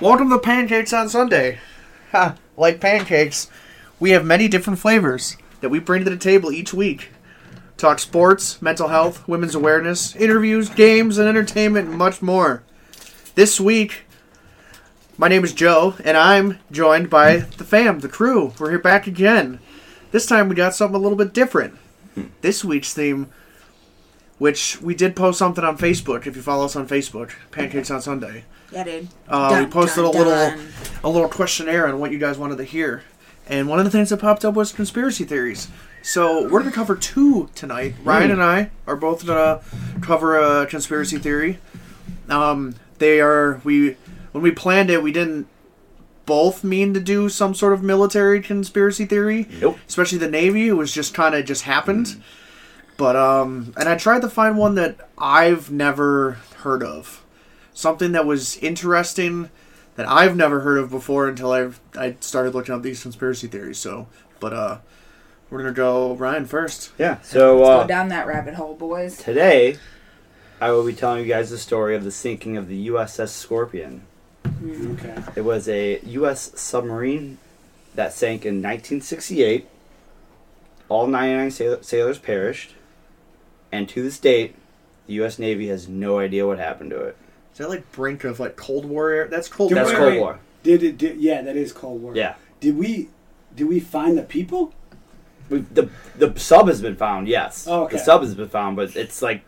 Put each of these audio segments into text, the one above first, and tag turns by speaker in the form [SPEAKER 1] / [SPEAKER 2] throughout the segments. [SPEAKER 1] Welcome to Pancakes on Sunday. Ha, like pancakes, we have many different flavors that we bring to the table each week. Talk sports, mental health, women's awareness, interviews, games, and entertainment, and much more. This week, my name is Joe, and I'm joined by the fam, the crew. We're here back again. This time we got something a little bit different. This week's theme, which we did post something on Facebook, if you follow us on Facebook, Pancakes on Sunday.
[SPEAKER 2] Yeah, dude.
[SPEAKER 1] Uh,
[SPEAKER 2] Dun,
[SPEAKER 1] we posted
[SPEAKER 2] dun,
[SPEAKER 1] a little
[SPEAKER 2] dun.
[SPEAKER 1] a little questionnaire on what you guys wanted to hear, and one of the things that popped up was conspiracy theories. So we're gonna cover two tonight. Ryan and I are both gonna cover a conspiracy theory. Um, they are we when we planned it, we didn't both mean to do some sort of military conspiracy theory.
[SPEAKER 3] Nope.
[SPEAKER 1] Especially the Navy, it was just kind of just happened. But um, and I tried to find one that I've never heard of, something that was interesting that I've never heard of before until I I started looking up these conspiracy theories. So, but uh, we're gonna go Ryan first.
[SPEAKER 3] Yeah. So
[SPEAKER 2] Go
[SPEAKER 3] uh,
[SPEAKER 2] down that rabbit hole, boys.
[SPEAKER 3] today, I will be telling you guys the story of the sinking of the USS Scorpion.
[SPEAKER 2] Mm.
[SPEAKER 4] Okay.
[SPEAKER 3] It was a U.S. submarine that sank in 1968. All 99 sail- sailors perished, and to this date, the U.S. Navy has no idea what happened to it.
[SPEAKER 1] Is that like brink of like Cold War? Era? That's Cold
[SPEAKER 4] Dude,
[SPEAKER 1] War.
[SPEAKER 3] That's
[SPEAKER 4] wait,
[SPEAKER 3] Cold
[SPEAKER 4] wait.
[SPEAKER 3] War.
[SPEAKER 4] Did it? Did, yeah, that is Cold War.
[SPEAKER 3] Yeah,
[SPEAKER 4] Did we? Did we find the people?
[SPEAKER 3] We- the the sub has been found. Yes,
[SPEAKER 4] Oh, okay.
[SPEAKER 3] the sub has been found, but it's like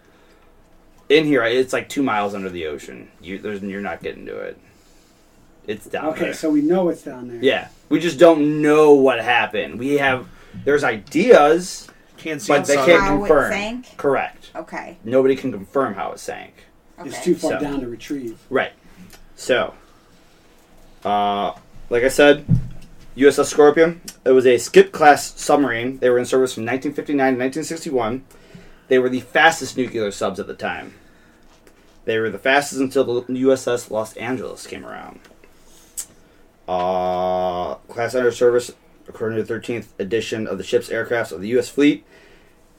[SPEAKER 3] in here. It's like two miles under the ocean. You there's you're not getting to it. It's down
[SPEAKER 4] Okay,
[SPEAKER 3] there.
[SPEAKER 4] so we know it's down there.
[SPEAKER 3] Yeah, we just don't know what happened. We have there's ideas,
[SPEAKER 1] Can't see
[SPEAKER 3] but they
[SPEAKER 1] outside.
[SPEAKER 3] can't
[SPEAKER 2] How it
[SPEAKER 3] confirm.
[SPEAKER 2] sank?
[SPEAKER 3] Correct.
[SPEAKER 2] Okay.
[SPEAKER 3] Nobody can confirm how it sank.
[SPEAKER 2] Okay.
[SPEAKER 4] It's too far
[SPEAKER 3] So-
[SPEAKER 4] down to retrieve.
[SPEAKER 3] Right. So, uh, like I said, USS Scorpion. It was a skip class submarine. They were in service from 1959 to 1961. They were the fastest nuclear subs at the time. They were the fastest until the USS Los Angeles came around. Uh, class under service, according to the 13th edition of the ship's aircrafts of the U.S. fleet.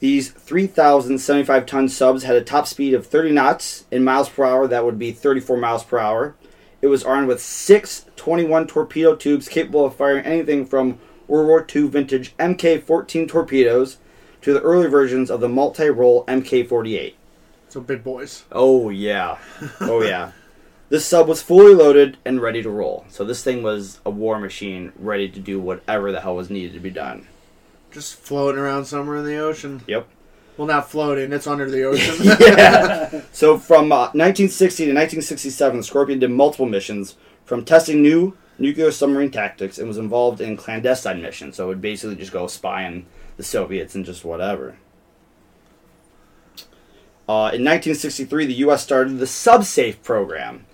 [SPEAKER 3] These 3,075 ton subs had a top speed of 30 knots in miles per hour. That would be 34 miles per hour. It was armed with six 21 torpedo tubes capable of firing anything from World War II vintage MK 14 torpedoes to the early versions of the multi role MK 48.
[SPEAKER 1] So big boys.
[SPEAKER 3] Oh, yeah. Oh, yeah. this sub was fully loaded and ready to roll. So this thing was a war machine ready to do whatever the hell was needed to be done.
[SPEAKER 1] Just floating around somewhere in the ocean.
[SPEAKER 3] Yep.
[SPEAKER 1] Well, not floating. It's under the ocean.
[SPEAKER 3] yeah. So from uh, 1960 to 1967, Scorpion did multiple missions, from testing new nuclear submarine tactics, and was involved in clandestine missions. So it would basically just go spying the Soviets and just whatever. Uh, in 1963, the U.S. started the Subsafe program.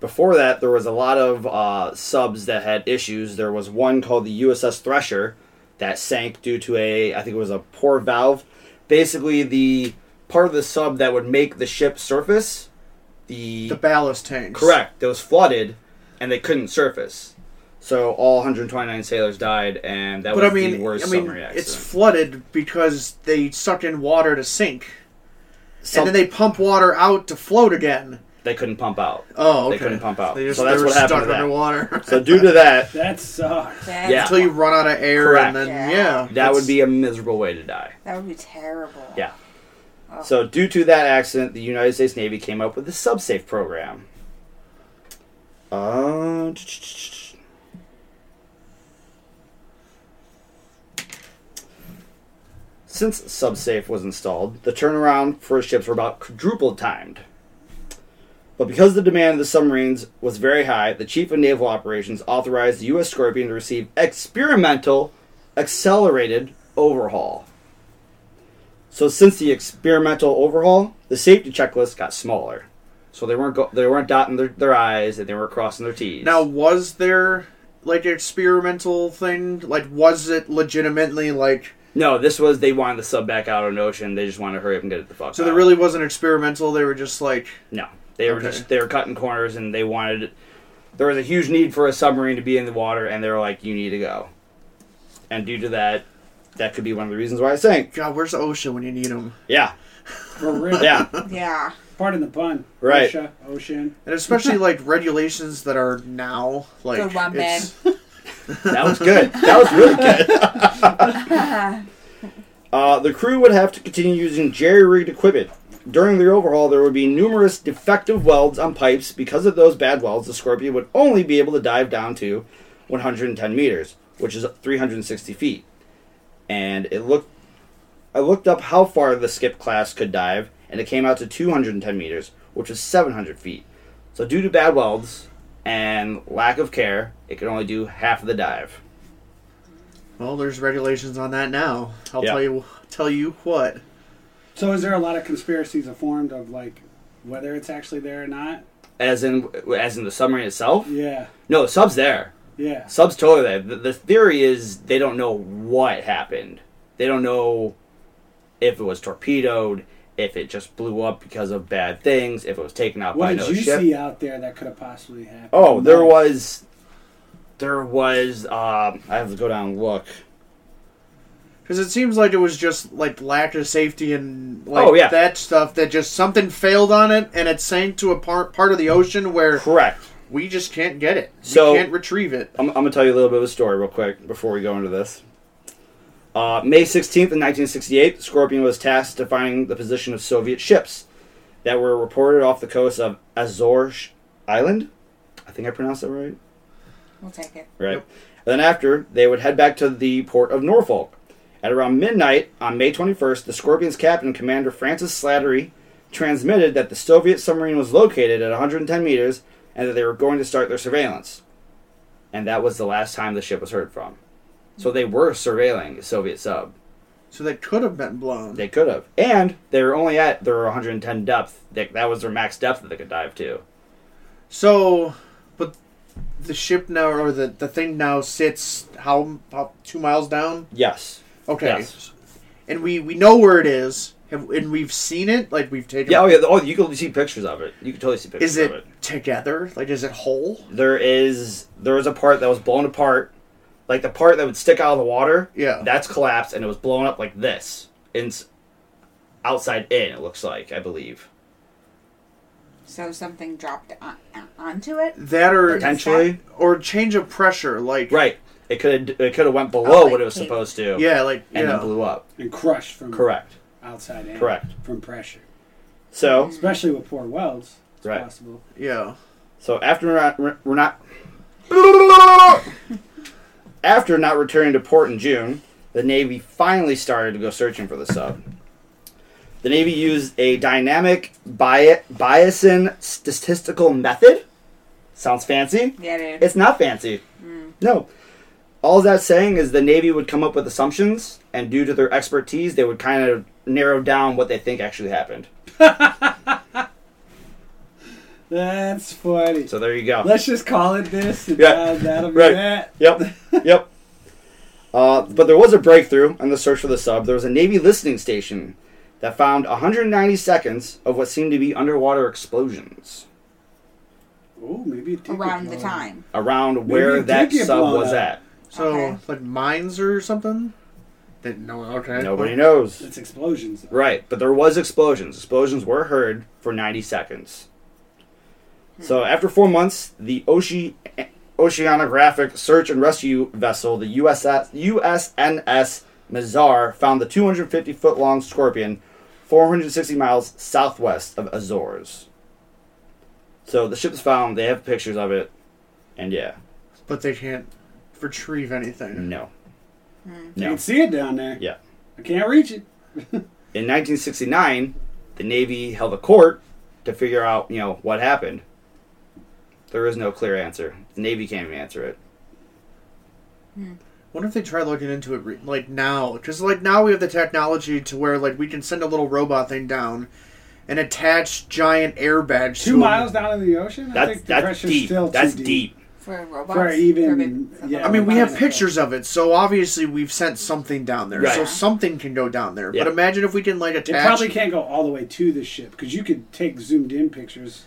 [SPEAKER 3] Before that, there was a lot of uh, subs that had issues. There was one called the USS Thresher that sank due to a, I think it was a poor valve. Basically, the part of the sub that would make the ship surface, the,
[SPEAKER 1] the ballast tanks.
[SPEAKER 3] correct, it was flooded, and they couldn't surface. So all 129 sailors died, and that
[SPEAKER 1] But I
[SPEAKER 3] was
[SPEAKER 1] mean,
[SPEAKER 3] the worst
[SPEAKER 1] I mean,
[SPEAKER 3] submarine accident.
[SPEAKER 1] it's flooded because they suck in water to sink,
[SPEAKER 3] Some-
[SPEAKER 1] and then they pump water out to float again.
[SPEAKER 3] they couldn't pump out.
[SPEAKER 1] Oh, okay.
[SPEAKER 3] They couldn't pump out.
[SPEAKER 1] They just,
[SPEAKER 3] so that's
[SPEAKER 1] they were
[SPEAKER 3] what happened
[SPEAKER 1] stuck
[SPEAKER 3] to that.
[SPEAKER 1] underwater.
[SPEAKER 3] So due to that,
[SPEAKER 4] That sucks.
[SPEAKER 2] That's-
[SPEAKER 3] Yeah.
[SPEAKER 1] Until you run out of air, and
[SPEAKER 3] Correct.
[SPEAKER 1] then yeah,
[SPEAKER 2] Yeah.
[SPEAKER 3] that would be a miserable way to die.
[SPEAKER 2] That would be terrible.
[SPEAKER 3] Yeah. So, due to that accident, the United States Navy came up with the Subsafe program. Uh, since Subsafe was installed, the turnaround for ships were about quadruple timed. But because the demand of the submarines was very high, the Chief of Naval Operations authorized the U.S. Scorpion to receive experimental, accelerated overhaul. So since the experimental overhaul, the safety checklist got smaller. So they weren't go- they weren't dotting their, their I's and they weren't crossing their T's.
[SPEAKER 1] Now, was there like an experimental thing? Like, was it legitimately like?
[SPEAKER 3] no, this was they wanted the sub back out on ocean. They just wanted to hurry up and get it the fuck.
[SPEAKER 1] So there
[SPEAKER 2] Uh,
[SPEAKER 3] out.
[SPEAKER 1] really wasn't experimental. They were just like,
[SPEAKER 3] no. They were
[SPEAKER 1] Okay.
[SPEAKER 3] just they were cutting corners and they wanted. There was a huge need for a submarine to be in the water, and they were like, "You need to go." And due to that, that could be one of the reasons why I sank.
[SPEAKER 1] God, where's the ocean when you need them?
[SPEAKER 3] Yeah,
[SPEAKER 4] For real.
[SPEAKER 3] yeah.
[SPEAKER 2] Yeah.
[SPEAKER 4] Pardon the pun.
[SPEAKER 3] Right.
[SPEAKER 4] OSHA, ocean.
[SPEAKER 1] and especially like regulations that are now like
[SPEAKER 2] Good one,
[SPEAKER 1] it's-
[SPEAKER 3] That was good. That was really good. Uh, the crew would have to continue using jerry rigged equipment. During the overhaul, there would be numerous defective welds on pipes. Because of those bad welds, the Scorpion would only be able to dive down to 110 meters, which is 360 feet. And it looked, I looked up how far the skip class could dive, and it came out to 210 meters, which is 700 feet. So, due to bad welds and lack of care, it could only do half of the dive.
[SPEAKER 1] well, there's regulations on that now. I'll
[SPEAKER 3] Yeah.
[SPEAKER 1] tell you tell you what.
[SPEAKER 4] So is there a lot of conspiracies formed of like whether it's actually there or not?
[SPEAKER 3] As in, as in the submarine itself?
[SPEAKER 4] Yeah.
[SPEAKER 3] No, sub's there.
[SPEAKER 4] Yeah.
[SPEAKER 3] Sub's totally there. The, the theory is they don't know what happened. They don't know if it was torpedoed, if it just blew up because of bad things, if it was taken out by
[SPEAKER 4] What did
[SPEAKER 3] another
[SPEAKER 4] you
[SPEAKER 3] ship.
[SPEAKER 4] see out there that could have possibly happened?
[SPEAKER 3] Oh, there was, there was. Um, I have to go down and look.
[SPEAKER 1] Because it seems like it was just like lack of safety and like
[SPEAKER 3] Oh, yeah.
[SPEAKER 1] that stuff that just something failed on it and it sank to a part part of the ocean where
[SPEAKER 3] Correct.
[SPEAKER 1] we just can't get it.
[SPEAKER 3] So-
[SPEAKER 1] we can't retrieve it.
[SPEAKER 3] I'm, I'm gonna tell you a little bit of a story real quick before we go into this. Uh, May 16th, in 1968, Scorpion was tasked to finding the position of Soviet ships that were reported off the coast of Azores Island. I think I pronounced that right.
[SPEAKER 2] We'll take it.
[SPEAKER 3] Right.
[SPEAKER 1] Yep.
[SPEAKER 3] And then after, they would head back to the port of Norfolk. At around midnight on May 21st, the Scorpion's captain, Commander Francis Slattery, transmitted that the Soviet submarine was located at 110 meters and that they were going to start their surveillance. And that was the last time the ship was heard from. So they were surveilling a Soviet sub.
[SPEAKER 1] So that could have been blown.
[SPEAKER 3] They could have. And they were only at their 110 depth. That that was their max depth that they could dive to.
[SPEAKER 1] so, but the ship now or the the thing now sits how, how two miles down.
[SPEAKER 3] Yes.
[SPEAKER 1] Okay.
[SPEAKER 3] Yes.
[SPEAKER 1] And we we know where it is, have, and we've seen it. Like we've taken.
[SPEAKER 3] Yeah, oh yeah, oh, you can see pictures of it. You can totally see pictures
[SPEAKER 1] Is it,
[SPEAKER 3] of it.
[SPEAKER 1] together? Like is it whole?
[SPEAKER 3] there is there is a part that was blown apart, like the part that would stick out of the water.
[SPEAKER 1] Yeah.
[SPEAKER 3] that's collapsed and it was blown up like this. And it's outside in, it looks like I believe
[SPEAKER 2] So something dropped on, on- onto it.
[SPEAKER 1] That or
[SPEAKER 3] potentially.
[SPEAKER 1] or change of pressure? Like
[SPEAKER 3] Right, it could it could have went below
[SPEAKER 2] Oh, like
[SPEAKER 3] what it was
[SPEAKER 2] cave.
[SPEAKER 3] supposed to.
[SPEAKER 1] Yeah. Like
[SPEAKER 3] and
[SPEAKER 1] yeah.
[SPEAKER 3] then blew up.
[SPEAKER 4] and crushed from
[SPEAKER 3] Correct.
[SPEAKER 4] outside in.
[SPEAKER 3] Correct.
[SPEAKER 4] From pressure,
[SPEAKER 3] So
[SPEAKER 4] especially with poor welds. It's
[SPEAKER 3] Right.
[SPEAKER 4] possible.
[SPEAKER 1] Yeah.
[SPEAKER 3] So after not, we're not after not returning to port in June, the Navy finally started to go searching for the sub. The Navy used a dynamic bi- Bayesian statistical method. Sounds fancy?
[SPEAKER 2] Yeah, dude.
[SPEAKER 3] It's not fancy. No. All that's saying is the Navy would come up with assumptions, and due to their expertise, they would kind of narrow down what they think actually happened.
[SPEAKER 4] That's funny.
[SPEAKER 3] So there you go.
[SPEAKER 4] Let's just call it this. And
[SPEAKER 3] Yeah.
[SPEAKER 4] that- that'll be
[SPEAKER 3] Right.
[SPEAKER 4] that.
[SPEAKER 3] Yep. Yep. Uh, but there was a breakthrough in the search for the sub. There was a Navy listening station that found 190 seconds of what seemed to be underwater explosions
[SPEAKER 4] Oh, maybe it did get
[SPEAKER 2] Around the
[SPEAKER 4] blown.
[SPEAKER 2] time.
[SPEAKER 3] around
[SPEAKER 4] Maybe
[SPEAKER 3] where
[SPEAKER 4] it did
[SPEAKER 3] that
[SPEAKER 4] get
[SPEAKER 3] sub
[SPEAKER 4] blown
[SPEAKER 3] was
[SPEAKER 4] up.
[SPEAKER 1] So
[SPEAKER 2] Okay.
[SPEAKER 1] like mines or something. That no one. Okay.
[SPEAKER 3] at. Nobody knows.
[SPEAKER 4] It's explosions.
[SPEAKER 3] Right, but there was explosions. Explosions were heard for 90 seconds. So after four months, the Oce- oceanographic search and rescue vessel, the USS USNS Mizar, found the 250 foot long Scorpion, 460 miles southwest of Azores. So the ship's found. They have pictures of it, and yeah,
[SPEAKER 1] But they can't retrieve anything.
[SPEAKER 3] no,
[SPEAKER 4] You
[SPEAKER 3] no,
[SPEAKER 4] can see it down there.
[SPEAKER 3] yeah.
[SPEAKER 4] I can't reach it.
[SPEAKER 3] In 1969, the Navy held a court to figure out, you know, what happened. There is no clear answer. The Navy can't even answer it.
[SPEAKER 1] Wonder if they try looking into it re- like now, because like now we have the technology to where like we can send a little robot thing down and attach giant airbags.
[SPEAKER 4] Two
[SPEAKER 1] to
[SPEAKER 4] miles
[SPEAKER 1] Them.
[SPEAKER 4] down in the ocean. I
[SPEAKER 3] That's
[SPEAKER 4] think the
[SPEAKER 3] that's
[SPEAKER 4] pressure's
[SPEAKER 3] deep.
[SPEAKER 4] still
[SPEAKER 3] That's
[SPEAKER 4] too
[SPEAKER 3] deep.
[SPEAKER 2] For robots.
[SPEAKER 4] For even-
[SPEAKER 2] for the-
[SPEAKER 4] yeah.
[SPEAKER 1] I mean, we have pictures of it, so obviously we've sent something down there, so
[SPEAKER 3] Right.
[SPEAKER 1] something can go down there.
[SPEAKER 3] Yeah.
[SPEAKER 1] But imagine if we can like
[SPEAKER 4] It
[SPEAKER 1] attach.
[SPEAKER 4] probably can't go all the way to the ship because you could take zoomed in pictures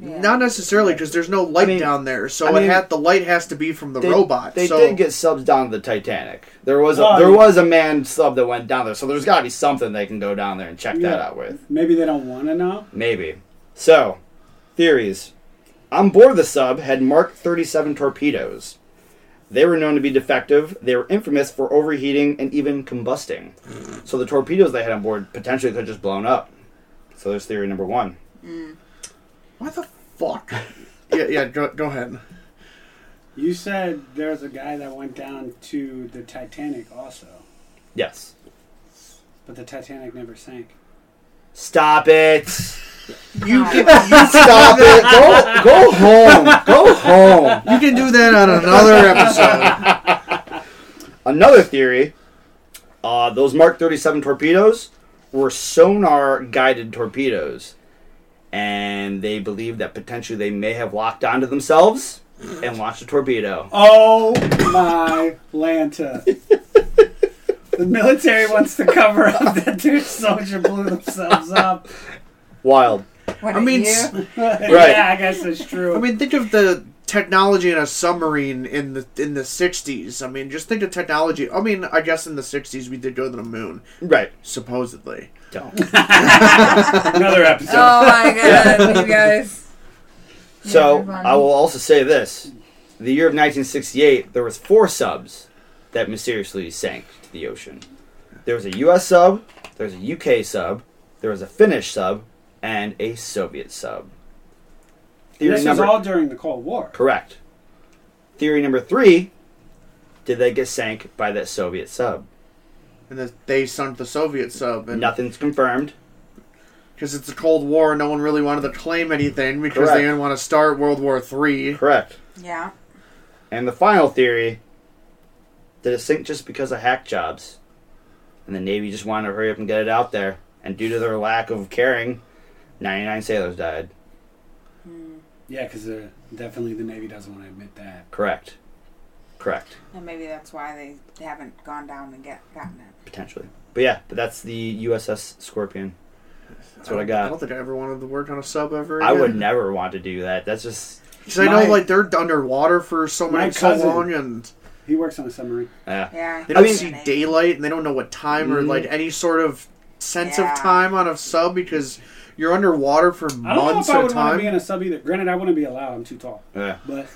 [SPEAKER 2] Yeah.
[SPEAKER 1] Not necessarily because there's no light
[SPEAKER 3] I mean-
[SPEAKER 1] down there, so
[SPEAKER 3] I
[SPEAKER 1] it
[SPEAKER 3] mean-
[SPEAKER 1] had, the light has to be from the
[SPEAKER 3] They-
[SPEAKER 1] robot.
[SPEAKER 3] They
[SPEAKER 1] so
[SPEAKER 3] did get subs down to the Titanic. There was a,
[SPEAKER 4] Oh,
[SPEAKER 3] there
[SPEAKER 4] yeah.
[SPEAKER 3] was a manned sub that went down there, so there's got to be something they can go down there and check that
[SPEAKER 4] Yeah.
[SPEAKER 3] out with.
[SPEAKER 4] Maybe they don't want to know.
[SPEAKER 3] Maybe. So, theories. On board the sub had Mark 37 torpedoes. They were known to be defective. They were infamous for overheating and even combusting. So the torpedoes they had on board potentially could have just blown up. So there's theory number one.
[SPEAKER 1] Why the fuck? yeah, yeah. Go, go ahead.
[SPEAKER 4] You said there's a guy that went down to the Titanic also,
[SPEAKER 3] Yes.
[SPEAKER 4] but the Titanic never sank.
[SPEAKER 3] Stop it.
[SPEAKER 1] You
[SPEAKER 2] No.
[SPEAKER 1] can you,
[SPEAKER 3] Stop it. Go, go home. Go home.
[SPEAKER 1] you can do that on another episode.
[SPEAKER 3] Another theory uh, those Mark 37 torpedoes were sonar guided torpedoes. And they believe that potentially they may have locked onto themselves and launched a torpedo.
[SPEAKER 4] Oh my Lanta. The military wants to cover up that their soldier blew themselves up.
[SPEAKER 3] Wild.
[SPEAKER 2] What
[SPEAKER 1] I
[SPEAKER 2] a
[SPEAKER 1] mean,
[SPEAKER 2] year.
[SPEAKER 1] s-
[SPEAKER 4] Yeah, I guess that's true.
[SPEAKER 1] I mean, think of the technology in a submarine in the in the '60s. I mean, just think of technology. I mean, I guess in the '60s we did go to the moon,
[SPEAKER 3] Right.
[SPEAKER 1] supposedly.
[SPEAKER 3] Don't.
[SPEAKER 4] Another episode.
[SPEAKER 2] Oh my god, you guys.
[SPEAKER 3] So
[SPEAKER 2] Never mind.
[SPEAKER 3] I will also say this: the year of 1968, there was four subs that mysteriously sank to the ocean. There was a U.S. sub, there was a UK sub, there was a Finnish sub, and a Soviet sub. Theory
[SPEAKER 4] this was
[SPEAKER 3] number
[SPEAKER 4] all during the Cold War.
[SPEAKER 3] correct. Theory number three: Did they get sank by that Soviet sub?
[SPEAKER 1] And that they sunk the Soviet sub, and
[SPEAKER 3] Nothing's confirmed.
[SPEAKER 1] because it's the Cold War, no one really wanted to claim anything because
[SPEAKER 3] Correct.
[SPEAKER 1] they didn't want to start World War Three.
[SPEAKER 3] Correct.
[SPEAKER 2] Yeah.
[SPEAKER 3] And the final theory did it sink just because of hack jobs? And the Navy just wanted to hurry up and get it out there. And due to their lack of caring, 99 sailors died.
[SPEAKER 4] Yeah, because definitely the Navy doesn't want to admit that.
[SPEAKER 3] Correct. Correct.
[SPEAKER 2] And maybe that's why they- they haven't gone down and get gotten it.
[SPEAKER 3] Potentially. But yeah, but that's the USS Scorpion. That's what I
[SPEAKER 1] I don't
[SPEAKER 3] got.
[SPEAKER 1] think I ever wanted to work on a sub ever.
[SPEAKER 3] I
[SPEAKER 1] again.
[SPEAKER 3] would never want to do that. That's just.
[SPEAKER 1] Because I
[SPEAKER 4] My-
[SPEAKER 1] know like they're underwater for so
[SPEAKER 4] My
[SPEAKER 1] many so
[SPEAKER 4] cousin-
[SPEAKER 1] long, and
[SPEAKER 4] He works on a submarine.
[SPEAKER 3] Yeah.
[SPEAKER 2] Yeah.
[SPEAKER 1] they don't
[SPEAKER 3] I mean-
[SPEAKER 1] see daylight, and they don't know what time or
[SPEAKER 3] Mm.
[SPEAKER 1] like any sort of sense
[SPEAKER 2] Yeah.
[SPEAKER 1] of time on a sub because you're underwater for
[SPEAKER 4] I don't know
[SPEAKER 1] months
[SPEAKER 4] if I
[SPEAKER 1] at a
[SPEAKER 4] would want to be
[SPEAKER 1] time.
[SPEAKER 4] in a sub either. Granted, I wouldn't be allowed. I'm too tall.
[SPEAKER 3] yeah.
[SPEAKER 4] But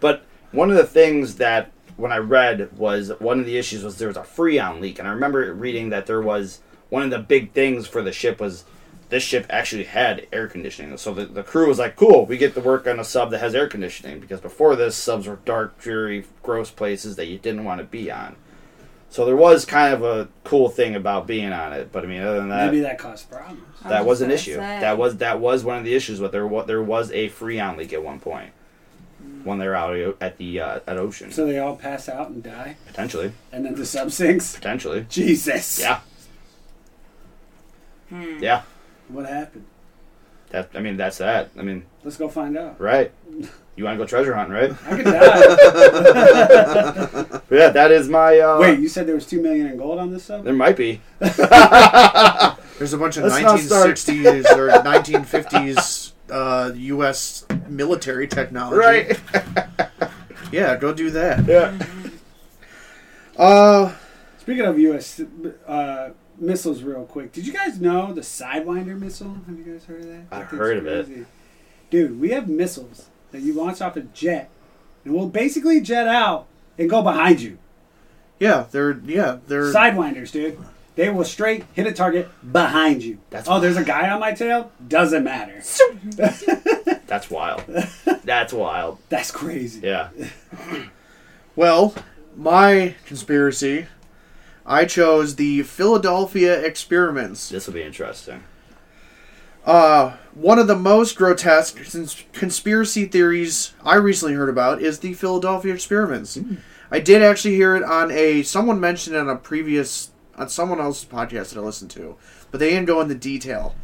[SPEAKER 3] But one of the things that when I read was one of the issues was there was a freon leak, and I remember reading that there was one of the big things for the ship was this ship actually had air conditioning. So the, the crew was like, "Cool, we get to work on a sub that has air conditioning," because before this, subs were dark, dreary, gross places that you didn't want to be on. So there was kind of a cool thing about being on it, but I mean, other than that,
[SPEAKER 4] maybe that caused problems.
[SPEAKER 2] I
[SPEAKER 3] that was
[SPEAKER 2] was
[SPEAKER 3] an
[SPEAKER 2] gonna
[SPEAKER 3] issue.
[SPEAKER 2] say.
[SPEAKER 3] That was that was one of the issues. But there was there was a freon leak at one point when they were out o- at the uh, at ocean
[SPEAKER 4] So they all pass out and die,
[SPEAKER 3] potentially,
[SPEAKER 4] and then the sub sinks.
[SPEAKER 3] potentially.
[SPEAKER 4] Jesus.
[SPEAKER 3] Yeah,
[SPEAKER 2] Hmm.
[SPEAKER 3] yeah.
[SPEAKER 4] What happened?
[SPEAKER 3] That I mean that's that. I mean
[SPEAKER 4] Let's go find out.
[SPEAKER 3] right. You want to go treasure hunting, right?
[SPEAKER 4] I could die.
[SPEAKER 3] But yeah, that is my. Uh,
[SPEAKER 4] Wait, you said there was two million in gold on this sub?
[SPEAKER 3] there might be.
[SPEAKER 1] There's a bunch of
[SPEAKER 3] Let's not start.
[SPEAKER 1] 1960s or 1950s uh, U.S. military technology. Yeah, go do that.
[SPEAKER 3] Yeah.
[SPEAKER 1] Uh,
[SPEAKER 4] Speaking of U.S. uh, missiles, real quick, did you guys know the Sidewinder missile? Have you guys heard of that?
[SPEAKER 3] I've
[SPEAKER 4] That thing's
[SPEAKER 3] heard of it.
[SPEAKER 4] crazy. Dude, we have missiles that you launch off a jet, and will basically jet out and go behind you.
[SPEAKER 1] yeah, they're yeah they're
[SPEAKER 4] Sidewinders, dude. They will straight hit a target behind you.
[SPEAKER 3] That's-
[SPEAKER 4] oh, there's a guy on my tail. Doesn't matter.
[SPEAKER 3] That's wild. That's wild.
[SPEAKER 4] That's crazy.
[SPEAKER 3] Yeah.
[SPEAKER 1] Well, my conspiracy. I chose the Philadelphia experiments.
[SPEAKER 3] This will be interesting.
[SPEAKER 1] Uh, one of the most grotesque cons- conspiracy theories I recently heard about is the Philadelphia experiments. I did actually hear it on a someone mentioned it on a previous on someone else's podcast that I listened to, but they didn't go into detail.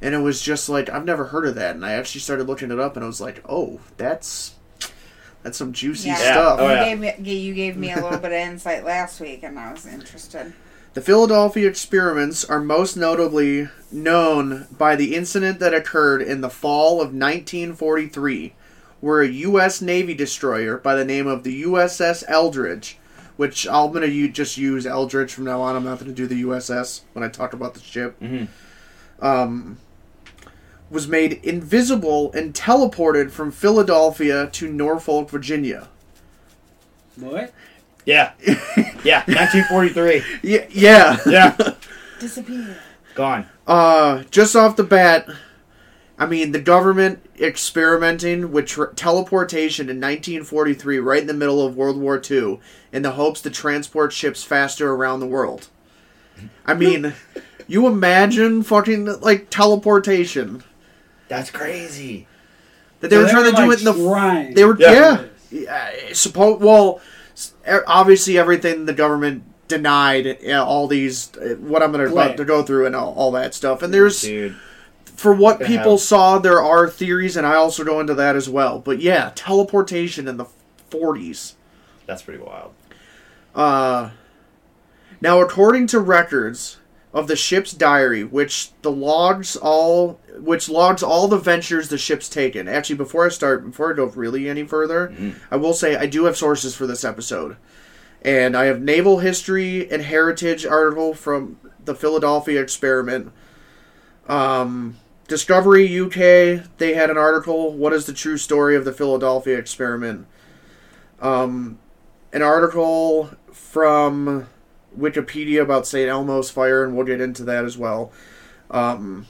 [SPEAKER 1] And it was just like I've never heard of that, and I actually started looking it up, and I was like, oh, that's that's some juicy
[SPEAKER 2] Yeah.
[SPEAKER 1] stuff.
[SPEAKER 3] Oh, yeah.
[SPEAKER 2] You, gave me, you gave me a little bit of insight last week, and I was interested.
[SPEAKER 1] The Philadelphia experiments are most notably known by the incident that occurred in the fall of 1943, where a U.S. Navy destroyer by the name of the USS Eldridge, which I'm going to just use Eldridge from now on, I'm not going to do the USS when I talk about the ship, um, was made invisible and teleported from Philadelphia to Norfolk, Virginia.
[SPEAKER 4] What?
[SPEAKER 3] Yeah. yeah. 1943.
[SPEAKER 1] Y- yeah.
[SPEAKER 3] Yeah.
[SPEAKER 2] Disappear.
[SPEAKER 3] Gone.
[SPEAKER 1] Uh, just off the bat, I mean, the government experimenting with tra- teleportation in 1943, right in the middle of World War II, in the hopes to transport ships faster around the world. I mean, you imagine fucking, like, teleportation.
[SPEAKER 3] That's crazy.
[SPEAKER 1] That they were
[SPEAKER 4] they
[SPEAKER 1] trying
[SPEAKER 4] were,
[SPEAKER 1] to do
[SPEAKER 4] like,
[SPEAKER 1] it in the.
[SPEAKER 4] trying.
[SPEAKER 1] They were,
[SPEAKER 3] Yeah.
[SPEAKER 1] yeah. yeah. Suppose, well, s- e- obviously everything the government denied, eh, all these, eh, what I'm going to
[SPEAKER 4] Right.
[SPEAKER 1] about to go through and all, all that stuff. And there's
[SPEAKER 3] Dude.
[SPEAKER 1] for what
[SPEAKER 3] Yeah.
[SPEAKER 1] people saw, there are theories, and I also go into that as well. But yeah, teleportation in the 40s.
[SPEAKER 3] That's pretty wild.
[SPEAKER 1] Uh, now, according to records of the ship's diary, which the logs all, which logs all the ventures the ship's taken. Actually, before I start, before I go really any further, I will say I do have sources for this episode, and I have naval history and heritage article from the Philadelphia experiment. Um, Discovery UK, they had an article, What is the True Story of the Philadelphia Experiment? Um, an article from Wikipedia about St. Elmo's fire, and we'll get into that as well. Um,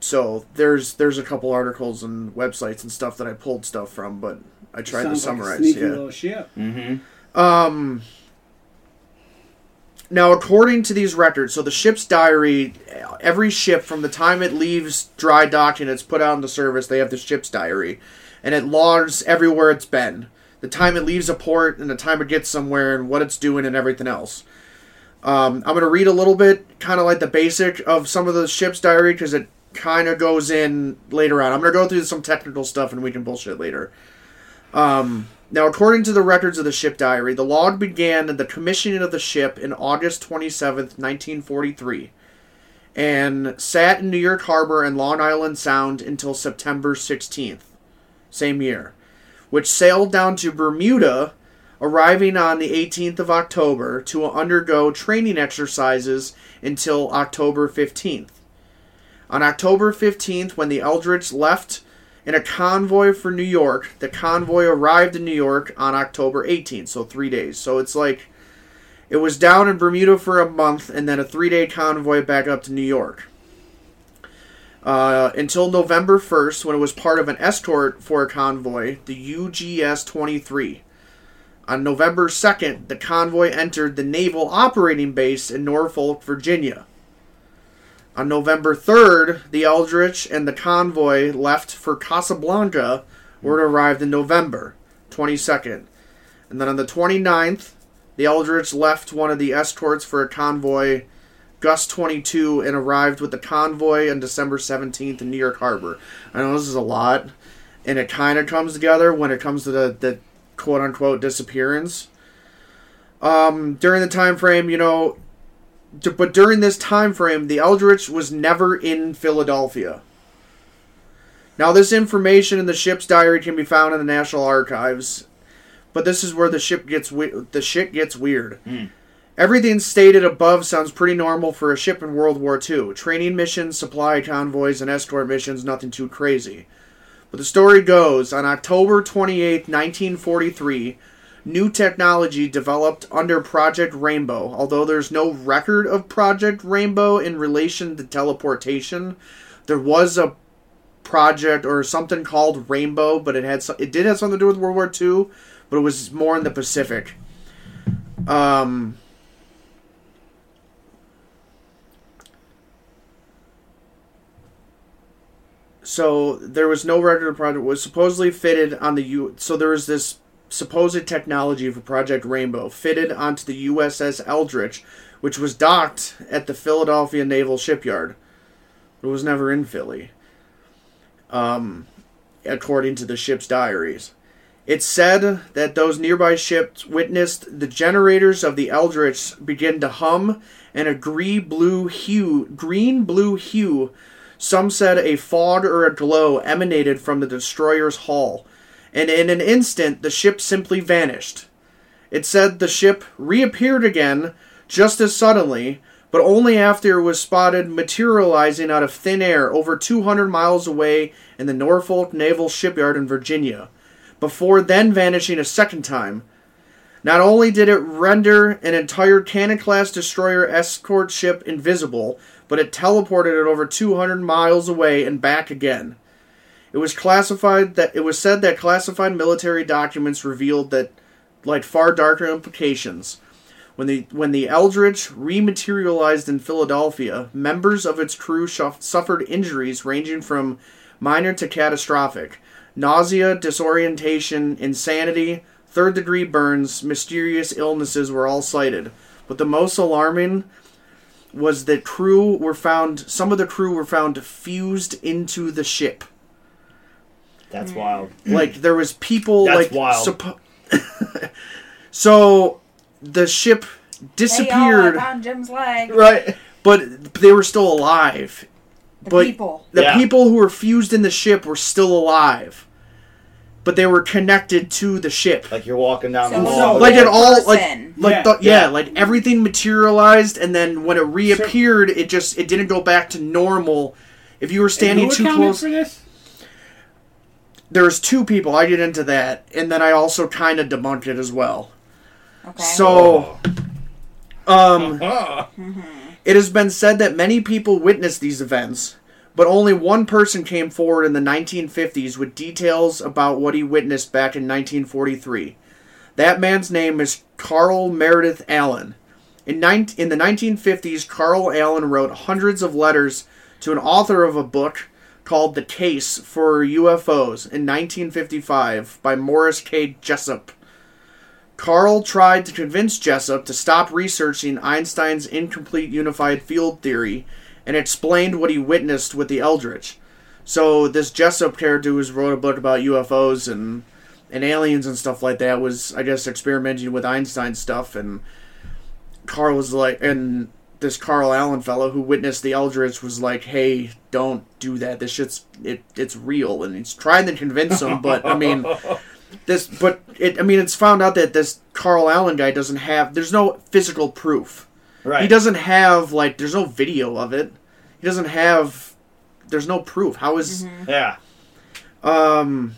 [SPEAKER 1] so there's there's a couple articles and websites and stuff that I pulled stuff from, but I tried to
[SPEAKER 4] Sounds like a
[SPEAKER 1] summarize.
[SPEAKER 4] sneaky
[SPEAKER 1] yeah.
[SPEAKER 4] little ship.
[SPEAKER 3] Mm-hmm.
[SPEAKER 1] Um. Now, according to these records, so the ship's diary, every ship from the time it leaves dry dock and it's put out into service, they have the ship's diary, and it logs everywhere it's been, the time it leaves a port, and the time it gets somewhere, and what it's doing, and everything else. Um, I'm gonna read a little bit, kind of like the basic of some of the ship's diary, because it kind of goes in later on. I'm gonna go through some technical stuff, and we can bullshit later. Now, according to the records of the ship diary, the log began in the commissioning of the ship in August 27th, 1943, and sat in New York Harbor and Long Island Sound until September 16th, same year, which sailed down to Bermuda, arriving on the 18th of October to undergo training exercises until October 15th. On October 15th, when the Eldridge left in a convoy for New York, the convoy arrived in New York on October 18th, so three days. So it's like it was down in Bermuda for a month and then a three day convoy back up to New York. Uh, until November 1st, when it was part of an escort for a convoy, the UGS 23. On November 2nd, the convoy entered the Naval Operating Base in Norfolk, Virginia. On November 3rd, the Eldritch and the convoy left for Casablanca, where it arrived in November 22nd. And then on the 29th, the Eldritch left one of the escorts for a convoy, Gus 22, and arrived with the convoy on December 17th in New York Harbor. I know this is a lot, and it kind of comes together when it comes to the, the quote unquote disappearance. Um, during the time frame, you know, D- but during this time frame, the Eldritch was never in Philadelphia. Now, this information in the ship's diary can be found in the National Archives, but this is where the ship gets we- the shit gets weird. Everything stated above sounds pretty normal for a ship in World War II: training missions, supply convoys, and escort missions. Nothing too crazy. But the story goes on October 28, 1943, new technology developed under Project Rainbow. Although there's no record of Project Rainbow in relation to teleportation, there was a project or something called Rainbow, but it had so- it did have something to do with World War II, but it was more in the Pacific. Um so there was no record of project was supposedly fitted on the U. So there was this supposed technology for Project Rainbow fitted onto the USS Eldridge, which was docked at the Philadelphia Naval Shipyard. It was never in Philly, um, according to the ship's diaries. It's said that those nearby ships witnessed the generators of the Eldritch begin to hum and a green blue hue, green blue hue. Some said a fog or a glow emanated from the destroyer's hull, and in an instant the ship simply vanished. It said the ship reappeared again just as suddenly, but only after it was spotted materializing out of thin air over 200 miles away in the Norfolk Naval Shipyard in Virginia, before then vanishing a second time. Not only did it render an entire Cannon class destroyer escort ship invisible, but it teleported it over 200 miles away and back again. It was classified that it was said that classified military documents revealed that like far darker implications. When the when the Eldritch rematerialized in Philadelphia, members of its crew shuff- suffered injuries ranging from minor to catastrophic: nausea, disorientation, insanity, third-degree burns, mysterious illnesses were all cited. But the most alarming was that crew were found some of the crew were found fused into the ship.
[SPEAKER 3] That's
[SPEAKER 4] Mm.
[SPEAKER 3] wild.
[SPEAKER 1] Like there was people
[SPEAKER 3] Hmm.
[SPEAKER 1] like
[SPEAKER 3] That's wild.
[SPEAKER 1] suppo- so the ship
[SPEAKER 2] They all
[SPEAKER 1] disappeared,
[SPEAKER 2] up on Jim's leg.
[SPEAKER 3] Right.
[SPEAKER 1] but they were still alive.
[SPEAKER 2] The
[SPEAKER 1] But-
[SPEAKER 2] people.
[SPEAKER 1] The
[SPEAKER 3] Yeah.
[SPEAKER 1] people who were fused in the ship were still alive, but they were connected to the ship.
[SPEAKER 3] Like you're walking down
[SPEAKER 2] So
[SPEAKER 3] the
[SPEAKER 2] it's
[SPEAKER 3] hall.
[SPEAKER 2] a
[SPEAKER 1] Like it
[SPEAKER 2] weird
[SPEAKER 1] all like
[SPEAKER 2] person.
[SPEAKER 1] like
[SPEAKER 4] Yeah.
[SPEAKER 1] the- yeah,
[SPEAKER 3] Yeah.
[SPEAKER 1] like everything materialized, and then when it reappeared, it just it didn't go back to normal. If you were standing
[SPEAKER 4] And who
[SPEAKER 1] too
[SPEAKER 4] accounted
[SPEAKER 1] close,
[SPEAKER 4] for this?
[SPEAKER 1] there's two people. I get into that, and then I also kind of debunked it as well.
[SPEAKER 2] Okay.
[SPEAKER 1] So, um,
[SPEAKER 4] Oh.
[SPEAKER 1] It has been said that many people witnessed these events, but only one person came forward in the 1950s with details about what he witnessed back in 1943. That man's name is Carl Meredith Allen. In, nine in the 1950s, Carl Allen wrote hundreds of letters to an author of a book called The Case for UFOs in 1955 by Morris K. Jessup. Carl tried to convince Jessup to stop researching Einstein's incomplete unified field theory and explained what he witnessed with the Eldritch. So this Jessup character who's wrote a book about UFOs and and aliens and stuff like that was I guess experimenting with Einstein stuff and Carl was like and this Carl Allen fellow who witnessed the Eldritch was like, "Hey, don't do that. This shit's it, it's real." And he's trying to convince him, but I mean, this but it i mean it's found out that this carl allen guy doesn't have there's no physical proof
[SPEAKER 3] right.
[SPEAKER 1] he doesn't have like there's no video of it he doesn't have there's no proof how is-
[SPEAKER 3] Yeah.
[SPEAKER 1] um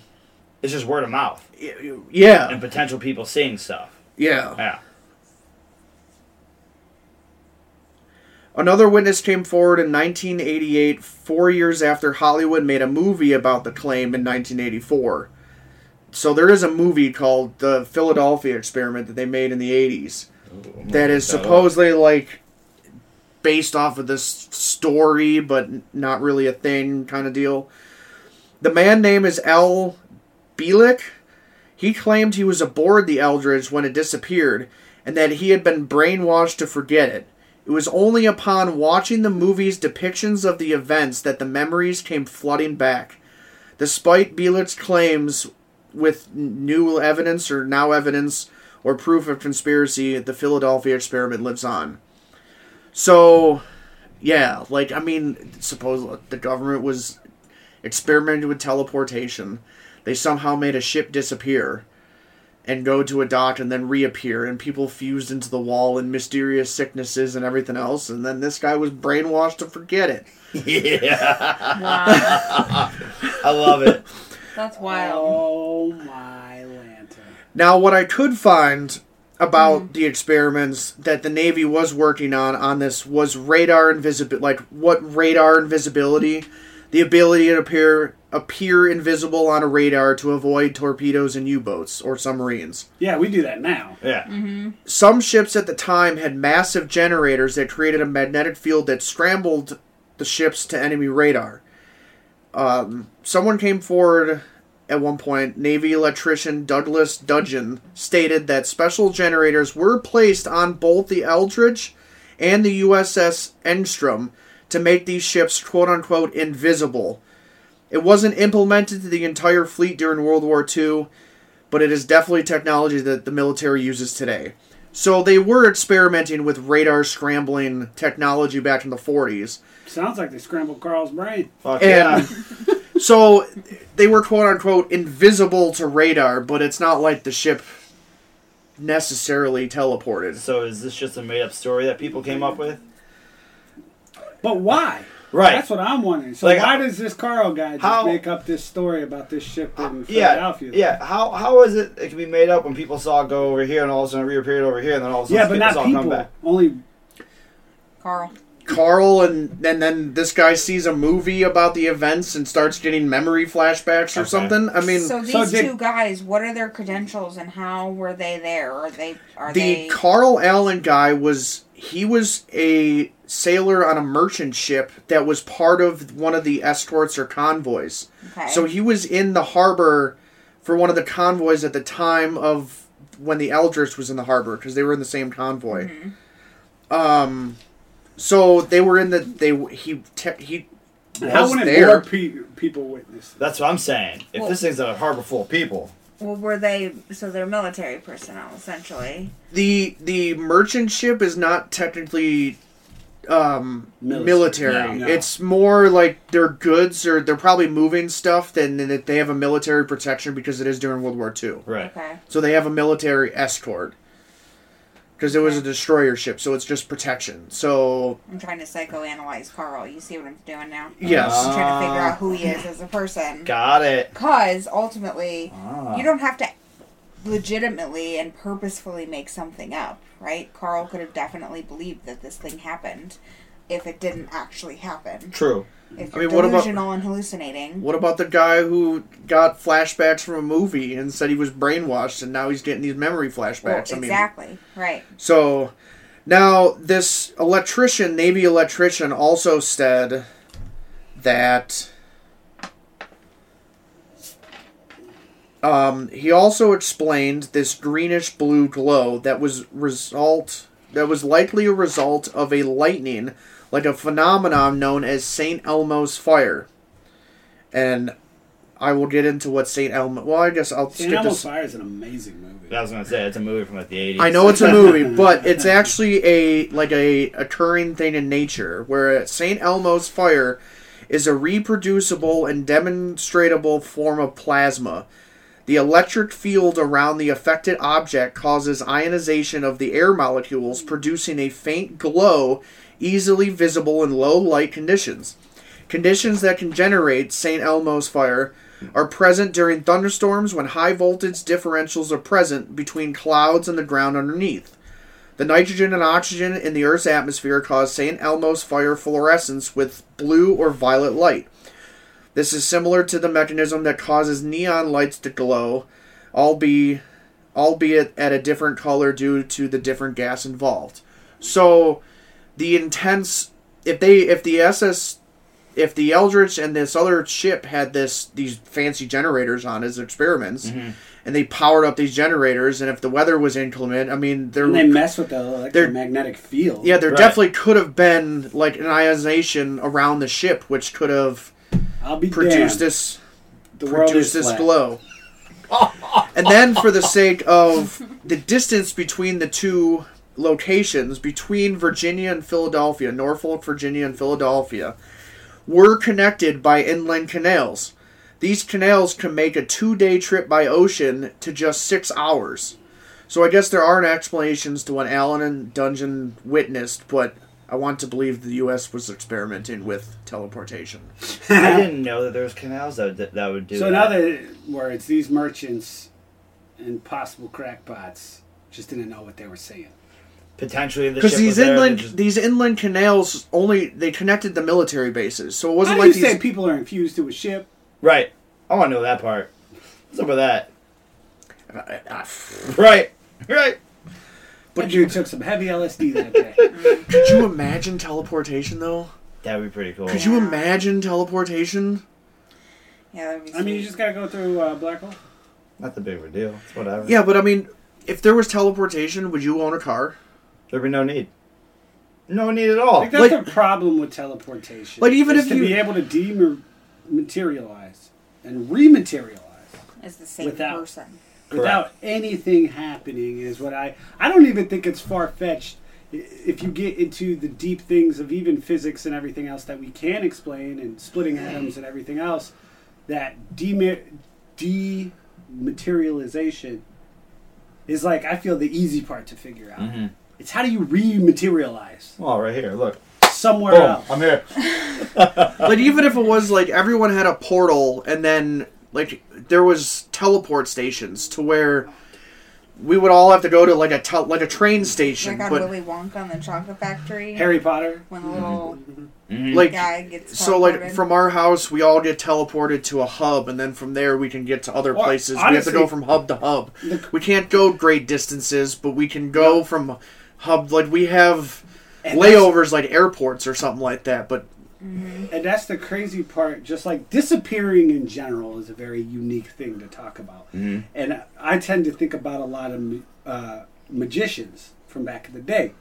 [SPEAKER 3] It's just word of mouth
[SPEAKER 1] y- y- yeah
[SPEAKER 3] and potential people seeing stuff.
[SPEAKER 1] yeah
[SPEAKER 3] Yeah.
[SPEAKER 1] another witness came forward in 1988 four years after hollywood made a movie about the claim in 1984 so there is a movie called the philadelphia experiment that they made in the 80s that is supposedly like based off of this story, but not really a thing kind of deal. The man name is Al Bielik. He claimed he was aboard the Eldridge when it disappeared, and that he had been brainwashed to forget it. It was only upon watching the movie's depictions of the events that the memories came flooding back. Despite Bielik's claims with n- new evidence or now evidence or proof of conspiracy, the Philadelphia experiment lives on. So, yeah, like I mean, suppose the government was experimenting with teleportation. They somehow made a ship disappear and go to a dock and then reappear, and people fused into the wall and mysterious sicknesses and everything else. And then this guy was brainwashed to forget it.
[SPEAKER 3] yeah.
[SPEAKER 2] Wow.
[SPEAKER 3] I love it.
[SPEAKER 2] That's wild.
[SPEAKER 4] Oh my lanta.
[SPEAKER 1] Now, what I could find about the experiments that the Navy was working on on this was radar invisibility, like what radar invisibility, the ability to appear appear invisible on a radar to avoid torpedoes and U-boats or submarines.
[SPEAKER 4] Yeah, we do that now.
[SPEAKER 3] Yeah.
[SPEAKER 1] Some ships at the time had massive generators that created a magnetic field that scrambled the ships to enemy radar. Um, someone came forward at one point, Navy electrician Douglas Dudgeon stated that special generators were placed on both the Eldridge and the USS Enstrom to make these ships quote unquote invisible. It wasn't implemented to the entire fleet during World War II, but it is definitely technology that the military uses today. So they were experimenting with radar scrambling technology back in the 40s.
[SPEAKER 4] Sounds like they scrambled Carl's brain.
[SPEAKER 3] Fuck
[SPEAKER 1] And- So they were quote unquote invisible to radar, but it's not like the ship necessarily teleported.
[SPEAKER 3] So is this just a made up story that people came up with?
[SPEAKER 4] But why?
[SPEAKER 3] Right.
[SPEAKER 4] That's what I'm wondering. So
[SPEAKER 3] Like,
[SPEAKER 4] why does this Carl guy just
[SPEAKER 3] how- Uh,
[SPEAKER 4] make up this story about this ship in
[SPEAKER 3] yeah.
[SPEAKER 4] Philadelphia?
[SPEAKER 3] Yeah. How how is it it can be made up when people saw it go over here and all of a sudden it reappeared over here and then all of a sudden
[SPEAKER 4] Yeah, but
[SPEAKER 3] saw
[SPEAKER 4] not
[SPEAKER 3] it come
[SPEAKER 4] people.
[SPEAKER 3] back?
[SPEAKER 4] Only
[SPEAKER 2] Carl.
[SPEAKER 1] Carl and and then this guy sees a movie about the events and starts getting memory flashbacks or
[SPEAKER 3] Okay.
[SPEAKER 1] something. I mean,
[SPEAKER 2] so these
[SPEAKER 4] so did-
[SPEAKER 2] two guys, what are their credentials and how were they there? Are they are
[SPEAKER 1] the
[SPEAKER 2] they
[SPEAKER 1] Carl Allen guy was he was a sailor on a merchant ship that was part of one of the escorts or convoys.
[SPEAKER 2] okay.
[SPEAKER 1] So he was in the harbor for one of the convoys at the time of when the Eldritch was in the harbor because they were in the same convoy.
[SPEAKER 2] Mm-hmm.
[SPEAKER 1] Um, so they were in the they he te- he
[SPEAKER 4] how
[SPEAKER 1] was
[SPEAKER 4] wouldn't
[SPEAKER 1] there.
[SPEAKER 4] more pe- people witness? this?
[SPEAKER 3] That's what I'm saying. If
[SPEAKER 2] Well-
[SPEAKER 3] this thing's a harbor full of people,
[SPEAKER 2] well were they so they're military personnel essentially.
[SPEAKER 1] the the merchant ship is not technically um military,
[SPEAKER 4] No.
[SPEAKER 1] it's more like their goods or they're probably moving stuff than than that they have a military protection because it is during world war ii
[SPEAKER 3] right?
[SPEAKER 2] Okay.
[SPEAKER 1] so they have a military escort because it was a destroyer ship so it's just protection so
[SPEAKER 2] I'm trying to psychoanalyze Carl. You see what I'm doing now?
[SPEAKER 1] yes
[SPEAKER 2] I'm trying to figure
[SPEAKER 3] Ah.
[SPEAKER 2] out who he is as a person.
[SPEAKER 3] Got it.
[SPEAKER 2] Because ultimately,
[SPEAKER 3] Ah.
[SPEAKER 2] you don't have to legitimately and purposefully make something up, right? Carl could have definitely believed that this thing happened if it didn't actually happen.
[SPEAKER 3] True.
[SPEAKER 2] If
[SPEAKER 1] I
[SPEAKER 2] you're
[SPEAKER 1] mean, what about-
[SPEAKER 2] delusional and hallucinating,
[SPEAKER 1] what about the guy who got flashbacks from a movie and said he was brainwashed and now he's getting these memory flashbacks
[SPEAKER 2] well,
[SPEAKER 1] i mean
[SPEAKER 2] exactly, right?
[SPEAKER 1] So now this electrician, Navy electrician, also said that um, he also explained this greenish blue glow that was result that was likely a result of a lightning, like a phenomenon known as Saint Elmo's fire, and. I will get into what Saint Elmo. Well, I guess I'll
[SPEAKER 4] St.
[SPEAKER 1] skip
[SPEAKER 4] Elmo's
[SPEAKER 1] this.
[SPEAKER 4] Fire is an amazing movie.
[SPEAKER 3] I was gonna say it's a movie from like the eighties.
[SPEAKER 1] I know it's a movie, but it's actually a like a occurring thing in nature where St. Elmo's fire is a reproducible and demonstratable form of plasma. The electric field around the affected object causes ionization of the air molecules, producing a faint glow easily visible in low light conditions. Conditions that can generate St. Elmo's fire are present during thunderstorms when high voltage differentials are present between clouds and the ground underneath. The nitrogen and oxygen in the Earth's atmosphere cause St. Elmo's fire fluorescence with blue or violet light. This is similar to the mechanism that causes neon lights to glow, albeit, albeit at a different color due to the different gas involved. So, the intense if they if the SS if the Eldritch and this other ship had this these fancy generators on as experiments,
[SPEAKER 4] Mm-hmm.
[SPEAKER 1] and they powered up these generators, and if the weather was inclement, I mean, there
[SPEAKER 4] And they mess with the electromagnetic field.
[SPEAKER 1] yeah, there
[SPEAKER 3] Right.
[SPEAKER 1] definitely could have been like an ionization around the ship, which could have
[SPEAKER 4] I'll be
[SPEAKER 1] produced
[SPEAKER 4] damned.
[SPEAKER 1] this
[SPEAKER 4] the world
[SPEAKER 1] produced
[SPEAKER 4] is
[SPEAKER 1] this
[SPEAKER 4] flat.
[SPEAKER 1] glow. and then, for the sake of the distance between the two locations, between Virginia and Philadelphia, Norfolk, Virginia, and Philadelphia, were connected by inland canals. These canals can make a two-day trip by ocean to just six hours. So I guess there aren't explanations to what Allen and Dungeon witnessed, but I want to believe the U.S. was experimenting with teleportation.
[SPEAKER 3] I didn't know that there was canals that that, that would do.
[SPEAKER 4] So in
[SPEAKER 3] that.
[SPEAKER 4] other words, these merchants and possible crackpots just didn't know what they were saying.
[SPEAKER 3] potentially the ship
[SPEAKER 1] Because these
[SPEAKER 3] was there,
[SPEAKER 1] inland
[SPEAKER 3] they just-
[SPEAKER 1] these inland canals only they connected the military bases, so it
[SPEAKER 4] How
[SPEAKER 1] wasn't
[SPEAKER 4] do
[SPEAKER 1] like
[SPEAKER 4] you
[SPEAKER 1] these.
[SPEAKER 4] say people are infused to a ship?
[SPEAKER 3] right. I want to know that part. What's up with that?
[SPEAKER 1] Ah,
[SPEAKER 3] Right. Right.
[SPEAKER 4] But you took some heavy LSD that day.
[SPEAKER 1] Could you imagine teleportation though?
[SPEAKER 3] That would be pretty cool.
[SPEAKER 1] Could you
[SPEAKER 2] Yeah.
[SPEAKER 1] imagine teleportation?
[SPEAKER 2] Yeah, that'd be
[SPEAKER 4] I mean, you
[SPEAKER 2] sweet.
[SPEAKER 4] just gotta go through uh, black hole.
[SPEAKER 3] Not the big of a deal. It's whatever.
[SPEAKER 1] Yeah, but I mean, if there was teleportation, would you own a car?
[SPEAKER 3] There'd be no need. No need at all.
[SPEAKER 4] I think that's
[SPEAKER 1] Like-
[SPEAKER 4] the problem with teleportation.
[SPEAKER 1] Like, even
[SPEAKER 4] is
[SPEAKER 1] if
[SPEAKER 4] to
[SPEAKER 1] you-
[SPEAKER 4] be able to dematerialize and rematerialize.
[SPEAKER 2] is the same
[SPEAKER 4] without-
[SPEAKER 2] person.
[SPEAKER 4] without anything happening is what I I don't even think it's far fetched if you get into the deep things of even physics and everything else that we can explain and splitting atoms and everything else that dema- dematerialization is like I feel the easy part to figure out. It's how do you rematerialize
[SPEAKER 3] Oh, right here. Look.
[SPEAKER 4] somewhere
[SPEAKER 3] Boom.
[SPEAKER 4] else?
[SPEAKER 3] Oh, I'm here.
[SPEAKER 1] Like even if it was like everyone had a portal and then like there was teleport stations to where we would all have to go to like a tel like a train station,
[SPEAKER 2] Like on
[SPEAKER 1] but
[SPEAKER 2] Willy Wonka and the Chocolate Factory.
[SPEAKER 4] Harry Potter.
[SPEAKER 2] when the little
[SPEAKER 4] Mm-hmm.
[SPEAKER 1] like
[SPEAKER 2] guy gets
[SPEAKER 1] so like
[SPEAKER 2] teleported.
[SPEAKER 1] from our house we all get teleported to a hub and then from there we can get to other
[SPEAKER 4] Or,
[SPEAKER 1] places. we have to
[SPEAKER 4] honestly-
[SPEAKER 1] go from hub to hub. We can't go great distances, but we can go from hub like we have
[SPEAKER 4] And that's-
[SPEAKER 1] layovers like airports or something like that, but
[SPEAKER 4] And that's the crazy part. Just like disappearing in general is a very unique thing to talk about. And I tend to think about a lot of ma- uh, magicians from back in the day.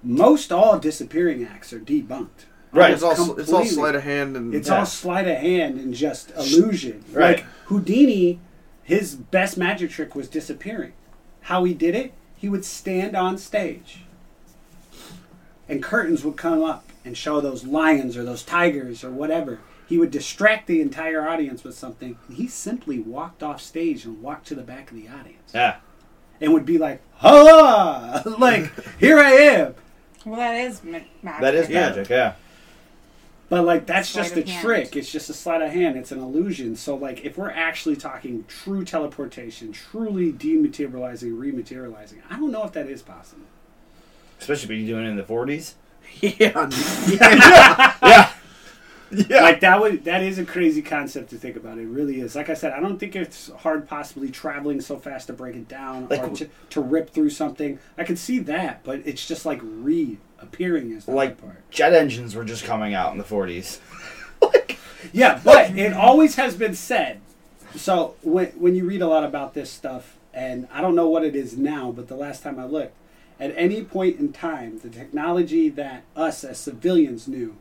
[SPEAKER 4] Most all disappearing acts are debunked.
[SPEAKER 3] Right.
[SPEAKER 1] it's all it's all
[SPEAKER 4] completely.
[SPEAKER 1] sleight of hand and
[SPEAKER 4] It's
[SPEAKER 3] Yeah.
[SPEAKER 4] all sleight of hand and just illusion.
[SPEAKER 3] Right.
[SPEAKER 4] Like Houdini, his best magic trick was disappearing. How he did it? He would stand on stage, and curtains would come up and show those lions or those tigers or whatever. He would distract the entire audience with something. And he simply walked off stage and walked to the back of the audience
[SPEAKER 3] Yeah.
[SPEAKER 4] and would be like, "Ha! like here I am."
[SPEAKER 2] well, that is ma- magic.
[SPEAKER 3] That is
[SPEAKER 1] Yeah.
[SPEAKER 3] magic. Yeah.
[SPEAKER 4] But like that's
[SPEAKER 2] Sleight
[SPEAKER 4] just a
[SPEAKER 2] of hand.
[SPEAKER 4] trick. It's just a sleight of hand. It's an illusion. So like if we're actually talking true teleportation, truly dematerializing, rematerializing, I don't know if that is possible.
[SPEAKER 3] Especially if you're doing it in the 40s.
[SPEAKER 1] yeah.
[SPEAKER 3] Yeah. Yeah.
[SPEAKER 4] Like that would that is a crazy concept to think about. It really is. Like I said, I don't think it's hard possibly traveling so fast to break it down
[SPEAKER 3] Like-
[SPEAKER 4] or to, to rip through something. I can see that, but it's just like reappearing is the
[SPEAKER 3] like
[SPEAKER 4] hard part.
[SPEAKER 3] jet engines were just coming out in the 40s.
[SPEAKER 4] Yeah, but it always has been said. So when when you read a lot about this stuff, and I don't know what it is now, but the last time I looked, at any point in time, the technology that us as civilians knew,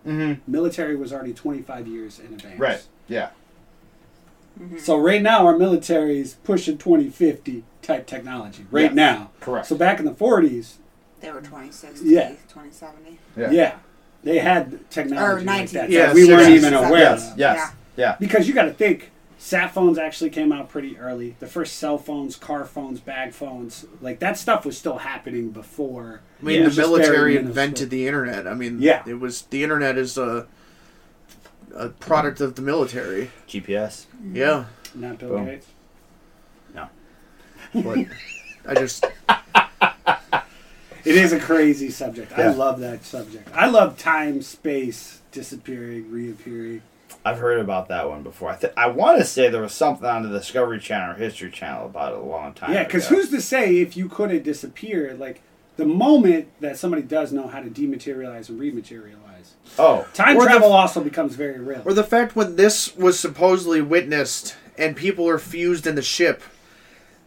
[SPEAKER 4] military was already twenty five years in advance.
[SPEAKER 3] Yeah.
[SPEAKER 4] So right now our military is pushing twenty fifty type technology right
[SPEAKER 3] Yeah,
[SPEAKER 4] now.
[SPEAKER 3] correct.
[SPEAKER 4] So back in the forties,
[SPEAKER 2] They were 26,
[SPEAKER 4] Yeah.
[SPEAKER 2] 2070.
[SPEAKER 4] yeah. they had technology like that
[SPEAKER 1] Yeah,
[SPEAKER 4] that we weren't
[SPEAKER 1] sixties.
[SPEAKER 4] even aware
[SPEAKER 3] Yes.
[SPEAKER 4] of.
[SPEAKER 3] Yes. Yeah.
[SPEAKER 4] Because you got to think, sat phones actually came out pretty early. The first cell phones, car phones, bag phones, like that stuff was still happening before.
[SPEAKER 1] I mean,
[SPEAKER 4] It
[SPEAKER 1] the
[SPEAKER 4] was just very
[SPEAKER 1] military
[SPEAKER 4] minimal
[SPEAKER 1] invented
[SPEAKER 4] stuff.
[SPEAKER 1] the internet. I mean,
[SPEAKER 4] Yeah.
[SPEAKER 1] it was the internet is a a product of the military.
[SPEAKER 3] GPS.
[SPEAKER 4] Mm.
[SPEAKER 1] Yeah,
[SPEAKER 4] Not Bill
[SPEAKER 3] Boom.
[SPEAKER 4] Gates. No,
[SPEAKER 1] but I just
[SPEAKER 4] it is a crazy subject.
[SPEAKER 3] Yeah.
[SPEAKER 4] I love that subject. I love time, space disappearing, reappearing.
[SPEAKER 3] I've heard about that one before. I th- I want to say there was something on the Discovery Channel or History Channel about it a long time.
[SPEAKER 4] Yeah, because
[SPEAKER 3] ago.
[SPEAKER 4] who's to say if you couldn't disappear? Like the moment that somebody does know how to dematerialize and rematerialize,
[SPEAKER 3] oh
[SPEAKER 4] time
[SPEAKER 1] Or the-
[SPEAKER 4] travel also becomes very real.
[SPEAKER 1] or the fact when this was supposedly witnessed and people are fused in the ship,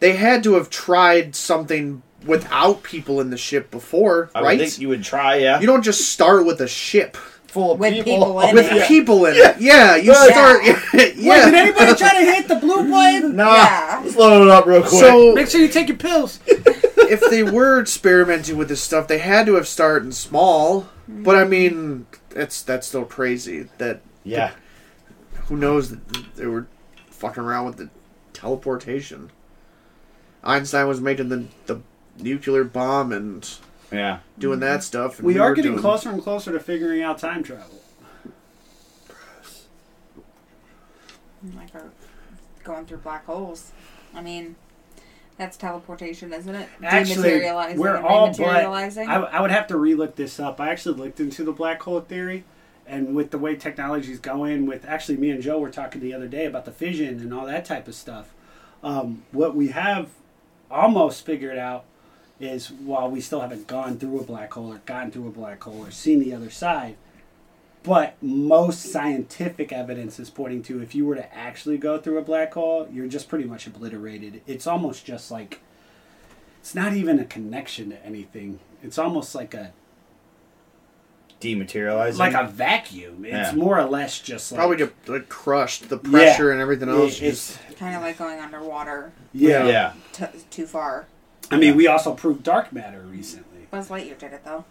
[SPEAKER 1] they had to have tried something without people in the ship before,
[SPEAKER 3] I
[SPEAKER 1] right?
[SPEAKER 3] would think you would try yeah
[SPEAKER 1] you don't just start with a ship
[SPEAKER 3] full of
[SPEAKER 2] With people in
[SPEAKER 1] with
[SPEAKER 2] Yeah.
[SPEAKER 1] people in it. Yeah, you
[SPEAKER 2] Yeah.
[SPEAKER 1] start.
[SPEAKER 4] Wait, did
[SPEAKER 1] yeah.
[SPEAKER 4] anybody try to hit the blue plane?
[SPEAKER 3] Nah,
[SPEAKER 2] Yeah.
[SPEAKER 3] let's load it up real quick.
[SPEAKER 1] So
[SPEAKER 4] Make sure you take your pills.
[SPEAKER 1] if they were experimenting with this stuff, they had to have started small. But I mean, that's that's still crazy. That
[SPEAKER 3] yeah,
[SPEAKER 1] who knows that they were fucking around with the teleportation. Einstein was making the the nuclear bomb and
[SPEAKER 3] yeah,
[SPEAKER 1] doing that stuff. And
[SPEAKER 4] We are
[SPEAKER 1] were
[SPEAKER 4] getting
[SPEAKER 1] doing-
[SPEAKER 4] closer and closer to figuring out time travel.
[SPEAKER 2] Like our going through black holes. I mean, that's teleportation, isn't it?
[SPEAKER 4] Actually,
[SPEAKER 2] Dematerializing
[SPEAKER 4] we're
[SPEAKER 2] and
[SPEAKER 4] all but.
[SPEAKER 2] rematerializing.
[SPEAKER 4] I, I would have to relook this up. I actually looked into the black hole theory, and with the way technology's going, with actually me and Joe were talking the other day about the fission and all that type of stuff. Um, what we have almost figured out is while we still haven't gone through a black hole or gotten through a black hole or seen the other side, But most scientific evidence is pointing to if you were to actually go through a black hole, you're just pretty much obliterated. It's almost just like it's not even a connection to anything. It's almost like a
[SPEAKER 3] dematerializing.
[SPEAKER 4] like a vacuum. It's
[SPEAKER 3] Yeah.
[SPEAKER 4] more or less just like
[SPEAKER 1] Probably just like crushed the pressure and everything
[SPEAKER 4] Yeah,
[SPEAKER 1] else.
[SPEAKER 4] it's-
[SPEAKER 2] Kind of like going underwater
[SPEAKER 4] yeah.
[SPEAKER 3] yeah.
[SPEAKER 2] t- too far.
[SPEAKER 4] I mean, we also proved dark matter recently.
[SPEAKER 2] Buzz Lightyear did it though.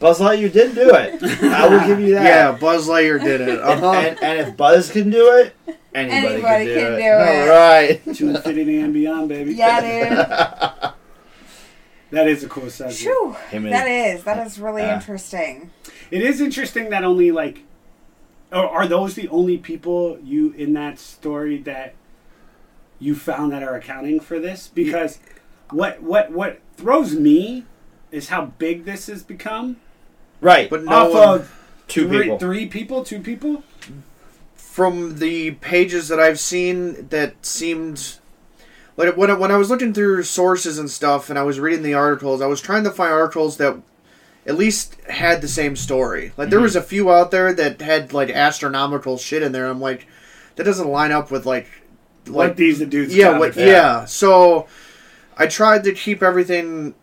[SPEAKER 3] Buzz Lightyear did do it. I will give you that.
[SPEAKER 1] yeah, Buzz Lightyear did it.
[SPEAKER 3] And,
[SPEAKER 1] Uh-huh.
[SPEAKER 3] and, and if Buzz can do it, anybody,
[SPEAKER 2] Anybody
[SPEAKER 3] can do
[SPEAKER 2] can
[SPEAKER 3] it.
[SPEAKER 2] do it.
[SPEAKER 4] to infinity and beyond, baby.
[SPEAKER 2] Yeah,
[SPEAKER 4] That is a cool
[SPEAKER 2] dude.
[SPEAKER 4] subject.
[SPEAKER 2] Phew.
[SPEAKER 3] Him
[SPEAKER 2] That
[SPEAKER 3] and-
[SPEAKER 2] is that is really
[SPEAKER 3] Uh,
[SPEAKER 2] interesting.
[SPEAKER 4] It is interesting that only like, or are those the only people you in that story that you found that are accounting for this? Because what what what throws me is how big this has become.
[SPEAKER 3] Right.
[SPEAKER 1] But
[SPEAKER 3] But
[SPEAKER 1] no
[SPEAKER 4] off
[SPEAKER 1] one,
[SPEAKER 4] of
[SPEAKER 3] two
[SPEAKER 4] three,
[SPEAKER 3] people.
[SPEAKER 4] three people, two people.
[SPEAKER 1] from the pages that I've seen that seemed like when I, when I was looking through sources and stuff and I was reading the articles, I was trying to find articles that at least had the same story. Like
[SPEAKER 4] Mhm.
[SPEAKER 1] there was a few out there that had like astronomical shit in there. I'm like, that doesn't line up with like
[SPEAKER 4] Like,
[SPEAKER 1] like
[SPEAKER 4] these the dudes.
[SPEAKER 1] yeah,
[SPEAKER 4] found
[SPEAKER 1] what,
[SPEAKER 4] it.
[SPEAKER 1] yeah. So I tried to keep everything.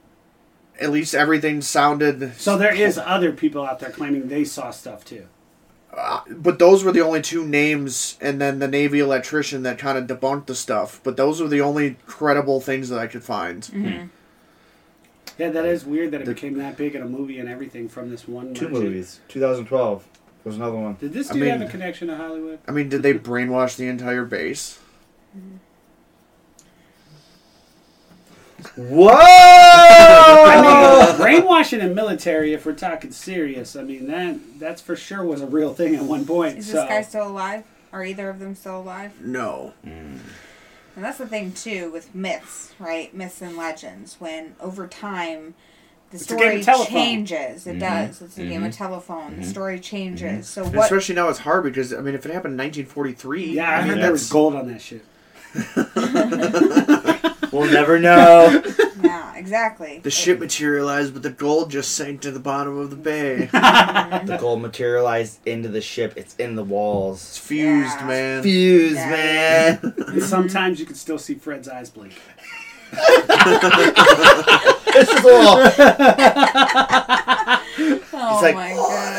[SPEAKER 1] At least everything sounded.
[SPEAKER 4] So there is other people out there claiming they saw stuff too.
[SPEAKER 1] but those were the only two names, and then the Navy electrician that kind of debunked the stuff. But those were the only credible things that I could find.
[SPEAKER 2] Mm-hmm.
[SPEAKER 4] Yeah, that is weird that it became that big in a movie and everything from this one.
[SPEAKER 3] two
[SPEAKER 4] merchant.
[SPEAKER 3] movies. 2012 was another one.
[SPEAKER 4] Did this
[SPEAKER 1] I
[SPEAKER 4] dude have
[SPEAKER 1] mean-
[SPEAKER 4] a connection to Hollywood?
[SPEAKER 1] I mean, did they brainwash the entire base?
[SPEAKER 3] Whoa!
[SPEAKER 4] I mean, brainwashing in military, if we're talking serious, I mean that that's for sure was a real thing at one point.
[SPEAKER 2] Is
[SPEAKER 4] so
[SPEAKER 2] this guy still alive? Are either of them still alive?
[SPEAKER 1] No.
[SPEAKER 2] And that's the thing too with myths, right? Myths and legends. When over time the
[SPEAKER 4] a game
[SPEAKER 2] story
[SPEAKER 4] of telephone.
[SPEAKER 2] changes.
[SPEAKER 3] Mm-hmm.
[SPEAKER 2] It does. It's a game of telephone. The story changes.
[SPEAKER 4] Mm-hmm.
[SPEAKER 2] So
[SPEAKER 1] And
[SPEAKER 2] what
[SPEAKER 1] Especially now, it's hard because I mean, if it happened in 1943,
[SPEAKER 4] yeah, I
[SPEAKER 1] I mean,
[SPEAKER 4] heard there was
[SPEAKER 1] that's
[SPEAKER 4] gold on that shit.
[SPEAKER 3] we'll never know.
[SPEAKER 2] Yeah, exactly.
[SPEAKER 1] the ship materialized, but the gold just sank to the bottom of the bay.
[SPEAKER 3] the gold materialized into the ship. It's in the
[SPEAKER 1] It's
[SPEAKER 3] walls.
[SPEAKER 1] fused,
[SPEAKER 2] Yeah.
[SPEAKER 1] man.
[SPEAKER 3] Fuse,
[SPEAKER 2] Yeah.
[SPEAKER 3] man.
[SPEAKER 4] And sometimes you could still see Fred's eyes blink.
[SPEAKER 3] it's just a little.
[SPEAKER 2] Oh
[SPEAKER 3] It's like-
[SPEAKER 2] my god.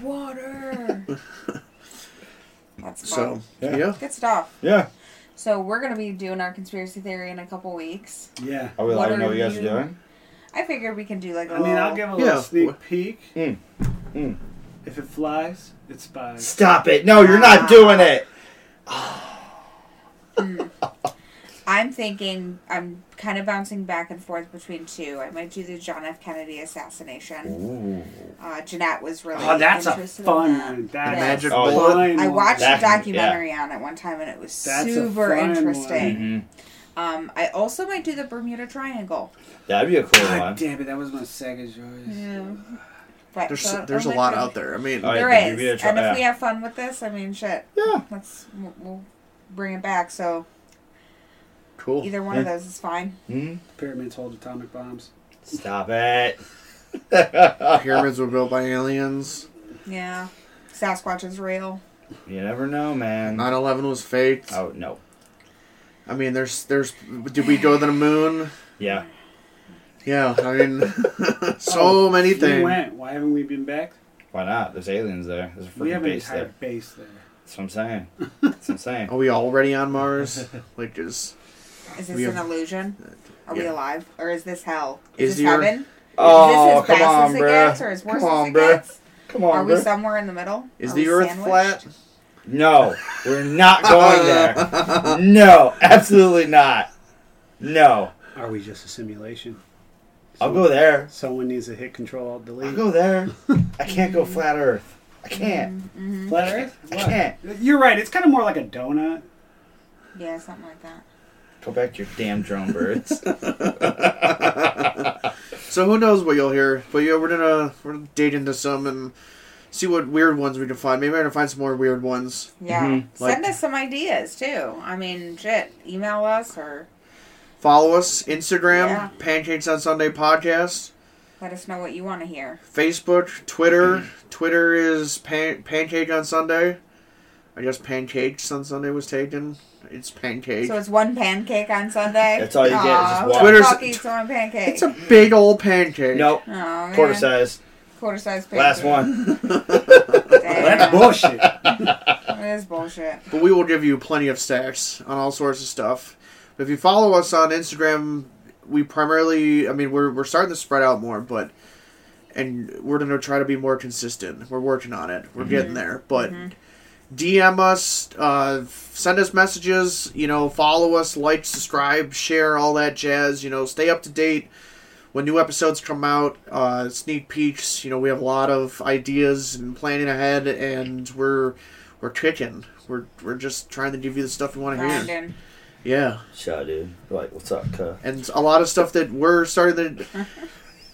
[SPEAKER 2] The water. That's
[SPEAKER 1] So
[SPEAKER 2] fun.
[SPEAKER 1] yeah.
[SPEAKER 3] Yeah.
[SPEAKER 2] good stuff.
[SPEAKER 3] Yeah.
[SPEAKER 2] So we're gonna be doing our conspiracy theory in a couple weeks.
[SPEAKER 4] Yeah,
[SPEAKER 1] Oh.
[SPEAKER 3] Are we
[SPEAKER 2] What
[SPEAKER 3] allowed to know
[SPEAKER 2] are
[SPEAKER 3] what you guys are
[SPEAKER 2] you-
[SPEAKER 3] doing?
[SPEAKER 2] I figured we can do like a
[SPEAKER 4] I mean, I'll
[SPEAKER 2] little-
[SPEAKER 4] give a
[SPEAKER 1] Yeah. Hmm.
[SPEAKER 4] little sneak peek.
[SPEAKER 3] Mm. Mm.
[SPEAKER 4] If it flies, it spies.
[SPEAKER 3] Stop it. No, you're not doing it.
[SPEAKER 2] I'm thinking I'm kind of bouncing back and forth between two. I might do the John F. Kennedy assassination.
[SPEAKER 3] Ooh.
[SPEAKER 2] Uh, Jeanette was really
[SPEAKER 4] Oh, that's a
[SPEAKER 2] interested
[SPEAKER 4] fun
[SPEAKER 2] in that.
[SPEAKER 4] one. That's
[SPEAKER 2] The
[SPEAKER 1] magic
[SPEAKER 4] a
[SPEAKER 3] bullet.
[SPEAKER 4] fun Oh,
[SPEAKER 2] I
[SPEAKER 4] one.
[SPEAKER 2] watched
[SPEAKER 3] That-
[SPEAKER 2] a documentary on it one time, and it was
[SPEAKER 4] That's a
[SPEAKER 2] super
[SPEAKER 4] fun one.
[SPEAKER 3] Mm-hmm.
[SPEAKER 2] interesting. Um, I also might do the Bermuda Triangle.
[SPEAKER 3] That'd be a cool
[SPEAKER 4] God
[SPEAKER 3] one.
[SPEAKER 4] damn it, that was my Sega choice.
[SPEAKER 2] Yeah. But
[SPEAKER 1] there's
[SPEAKER 2] so-
[SPEAKER 1] there's a
[SPEAKER 2] oh my
[SPEAKER 1] lot
[SPEAKER 2] goodness.
[SPEAKER 1] out there. I mean,
[SPEAKER 3] All right.
[SPEAKER 2] There
[SPEAKER 3] but give it a
[SPEAKER 2] is,
[SPEAKER 3] try-
[SPEAKER 2] and
[SPEAKER 3] yeah.
[SPEAKER 2] if we have fun with this, I mean, shit.
[SPEAKER 3] Yeah.
[SPEAKER 2] Let's we'll- we'll bring it back. So
[SPEAKER 1] cool.
[SPEAKER 2] either one of those is fine.
[SPEAKER 3] Hmm?
[SPEAKER 4] Pyramids hold atomic bombs.
[SPEAKER 3] Stop it.
[SPEAKER 1] Pyramids were built by aliens.
[SPEAKER 2] Yeah, Sasquatch is real.
[SPEAKER 3] You never know, man.
[SPEAKER 1] 9/11 was fake.
[SPEAKER 3] oh, no.
[SPEAKER 1] I mean, there's there's. Did we go to the moon?
[SPEAKER 3] Yeah.
[SPEAKER 1] Yeah, I mean, so
[SPEAKER 4] Oh,
[SPEAKER 1] many
[SPEAKER 4] We
[SPEAKER 1] things.
[SPEAKER 4] went. Why haven't we been back?
[SPEAKER 3] Why not? There's aliens there. There's a
[SPEAKER 4] We have
[SPEAKER 3] freaking
[SPEAKER 4] an
[SPEAKER 3] base
[SPEAKER 4] entire
[SPEAKER 3] there.
[SPEAKER 4] base there.
[SPEAKER 3] That's what I'm saying. That's what I'm
[SPEAKER 1] Are
[SPEAKER 3] saying.
[SPEAKER 1] we already on Mars? Like, is
[SPEAKER 2] Is this
[SPEAKER 1] We
[SPEAKER 2] an
[SPEAKER 1] have-
[SPEAKER 2] illusion? Are we
[SPEAKER 1] yeah.
[SPEAKER 2] alive, or is this hell?
[SPEAKER 1] Is
[SPEAKER 2] Is, this
[SPEAKER 1] the Earth-
[SPEAKER 2] heaven?
[SPEAKER 3] Oh,
[SPEAKER 2] is this as
[SPEAKER 3] come
[SPEAKER 2] bad
[SPEAKER 3] on,
[SPEAKER 2] as it
[SPEAKER 3] bruh.
[SPEAKER 2] gets, or as worse
[SPEAKER 3] Come on,
[SPEAKER 2] as it
[SPEAKER 3] bruh.
[SPEAKER 2] gets?
[SPEAKER 3] Come
[SPEAKER 2] Are
[SPEAKER 3] on,
[SPEAKER 2] we
[SPEAKER 3] bruh.
[SPEAKER 2] somewhere in the middle?
[SPEAKER 1] is
[SPEAKER 2] Are
[SPEAKER 1] the
[SPEAKER 2] we
[SPEAKER 1] Earth
[SPEAKER 2] sandwiched?
[SPEAKER 1] flat?
[SPEAKER 3] No, we're not going there. No, absolutely not. No,
[SPEAKER 4] Are we just a simulation?
[SPEAKER 3] I'll go there.
[SPEAKER 4] Someone needs to hit Control Alt
[SPEAKER 3] I'll
[SPEAKER 4] Delete.
[SPEAKER 3] go there. I can't go flat Earth. I can't.
[SPEAKER 4] Flat Earth?
[SPEAKER 3] I can't.
[SPEAKER 4] You're right. It's kind of more like a donut.
[SPEAKER 2] Yeah, something like that.
[SPEAKER 3] Go back to your damn drone birds.
[SPEAKER 1] So who knows what you'll hear? But yeah, we're gonna we're gonna dig into some and see what weird ones we can find. Maybe I can find some more weird ones.
[SPEAKER 2] Yeah.
[SPEAKER 1] Mm-hmm. Like-
[SPEAKER 2] Send us some ideas too. I mean, shit. Email us or
[SPEAKER 1] Follow us Instagram,
[SPEAKER 2] Yeah.
[SPEAKER 1] Pancakes on Sunday podcast,
[SPEAKER 2] let us know what you want to hear.
[SPEAKER 1] Facebook, Twitter. Twitter is pan- Pancake on Sunday. I guess Pancakes on Sunday was taken. It's Pancake.
[SPEAKER 2] So it's one pancake on Sunday.
[SPEAKER 3] That's all you get is
[SPEAKER 2] Aw,
[SPEAKER 3] just one.
[SPEAKER 2] Who the
[SPEAKER 1] Twitter's-
[SPEAKER 2] fuck eats one pancake?
[SPEAKER 1] it's a big old pancake.
[SPEAKER 3] no,
[SPEAKER 2] Aw, man.
[SPEAKER 3] quarter size.
[SPEAKER 2] Quarter size pancake.
[SPEAKER 3] Last one.
[SPEAKER 2] Damn.
[SPEAKER 4] That's bullshit.
[SPEAKER 2] That is bullshit.
[SPEAKER 1] But we will give you plenty of stacks on all sorts of stuff. If you follow us on Instagram, we primarily, I mean, we're, we're starting to spread out more, but, and we're going to try to be more consistent. We're working on it. We're getting there. But DM us, uh, send us messages, you know, follow us, like, subscribe, share, all that jazz, you know, stay up to date when new episodes come out, uh, sneak peeks. You know, we have a lot of ideas and planning ahead, and we're we're kicking. We're we're just trying to give you the stuff you want to hear.
[SPEAKER 2] Brandon.
[SPEAKER 1] Yeah,
[SPEAKER 3] Shut dude. Like, what's up, cuh?
[SPEAKER 1] and a lot of stuff that we're starting to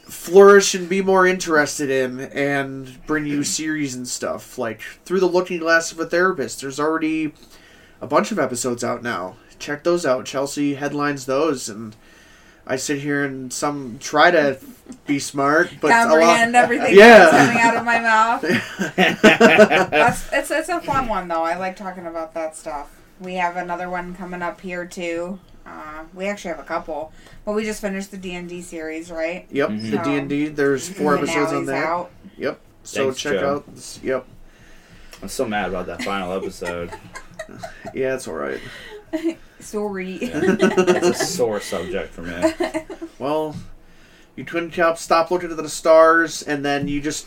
[SPEAKER 1] flourish and be more interested in, and bring you series and stuff like through the looking glass of a therapist. There's already a bunch of episodes out now. Check those out. Chelsea headlines those, and I sit here and some try to be smart, but a lot.
[SPEAKER 2] Comprehend everything
[SPEAKER 1] Yeah.
[SPEAKER 2] that's coming out of my mouth. That's, it's, it's a fun one, though. I like talking about that stuff. We have another one coming up here, too. Uh, we actually have a couple. But we just finished the D&D series, right?
[SPEAKER 1] Yep, the
[SPEAKER 2] Mhm.
[SPEAKER 1] D and D. There's four episodes on
[SPEAKER 2] Finale's
[SPEAKER 1] that.
[SPEAKER 2] out.
[SPEAKER 1] Yep. So
[SPEAKER 3] Thanks,
[SPEAKER 1] check
[SPEAKER 3] Joe.
[SPEAKER 1] out. This, yep.
[SPEAKER 3] I'm so mad about that final episode.
[SPEAKER 1] Yeah, it's all right.
[SPEAKER 2] Sorry.
[SPEAKER 3] It's a sore subject for me.
[SPEAKER 1] Well, you twin cups stop looking at the stars, and then you just,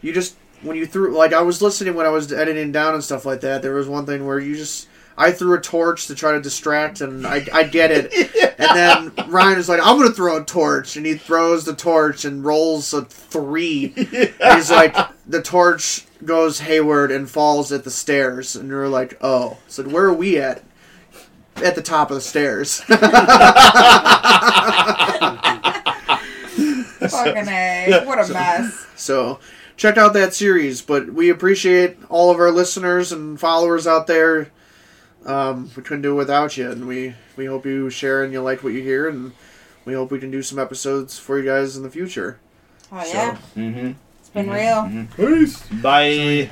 [SPEAKER 1] you just when you threw like I was listening when I was editing down and stuff like that. There was one thing where you just. I threw a torch to try to distract, and I, I get it. And then Ryan is like, "I'm gonna throw a torch," and he throws the torch and rolls a three. And he's like, the torch goes hayward and falls at the stairs, and you're like, "Oh." So where are we at? At the top of the stairs.
[SPEAKER 2] Fucking A. What a mess.
[SPEAKER 1] So check out that series. But we appreciate all of our listeners and followers out there. Um, we couldn't do it without you, and we we hope you share and you like what you hear, and we hope we can do some episodes for you guys in the future.
[SPEAKER 2] Oh, yeah.
[SPEAKER 3] Mm-hmm.
[SPEAKER 2] It's been real.
[SPEAKER 4] Peace.
[SPEAKER 3] Bye.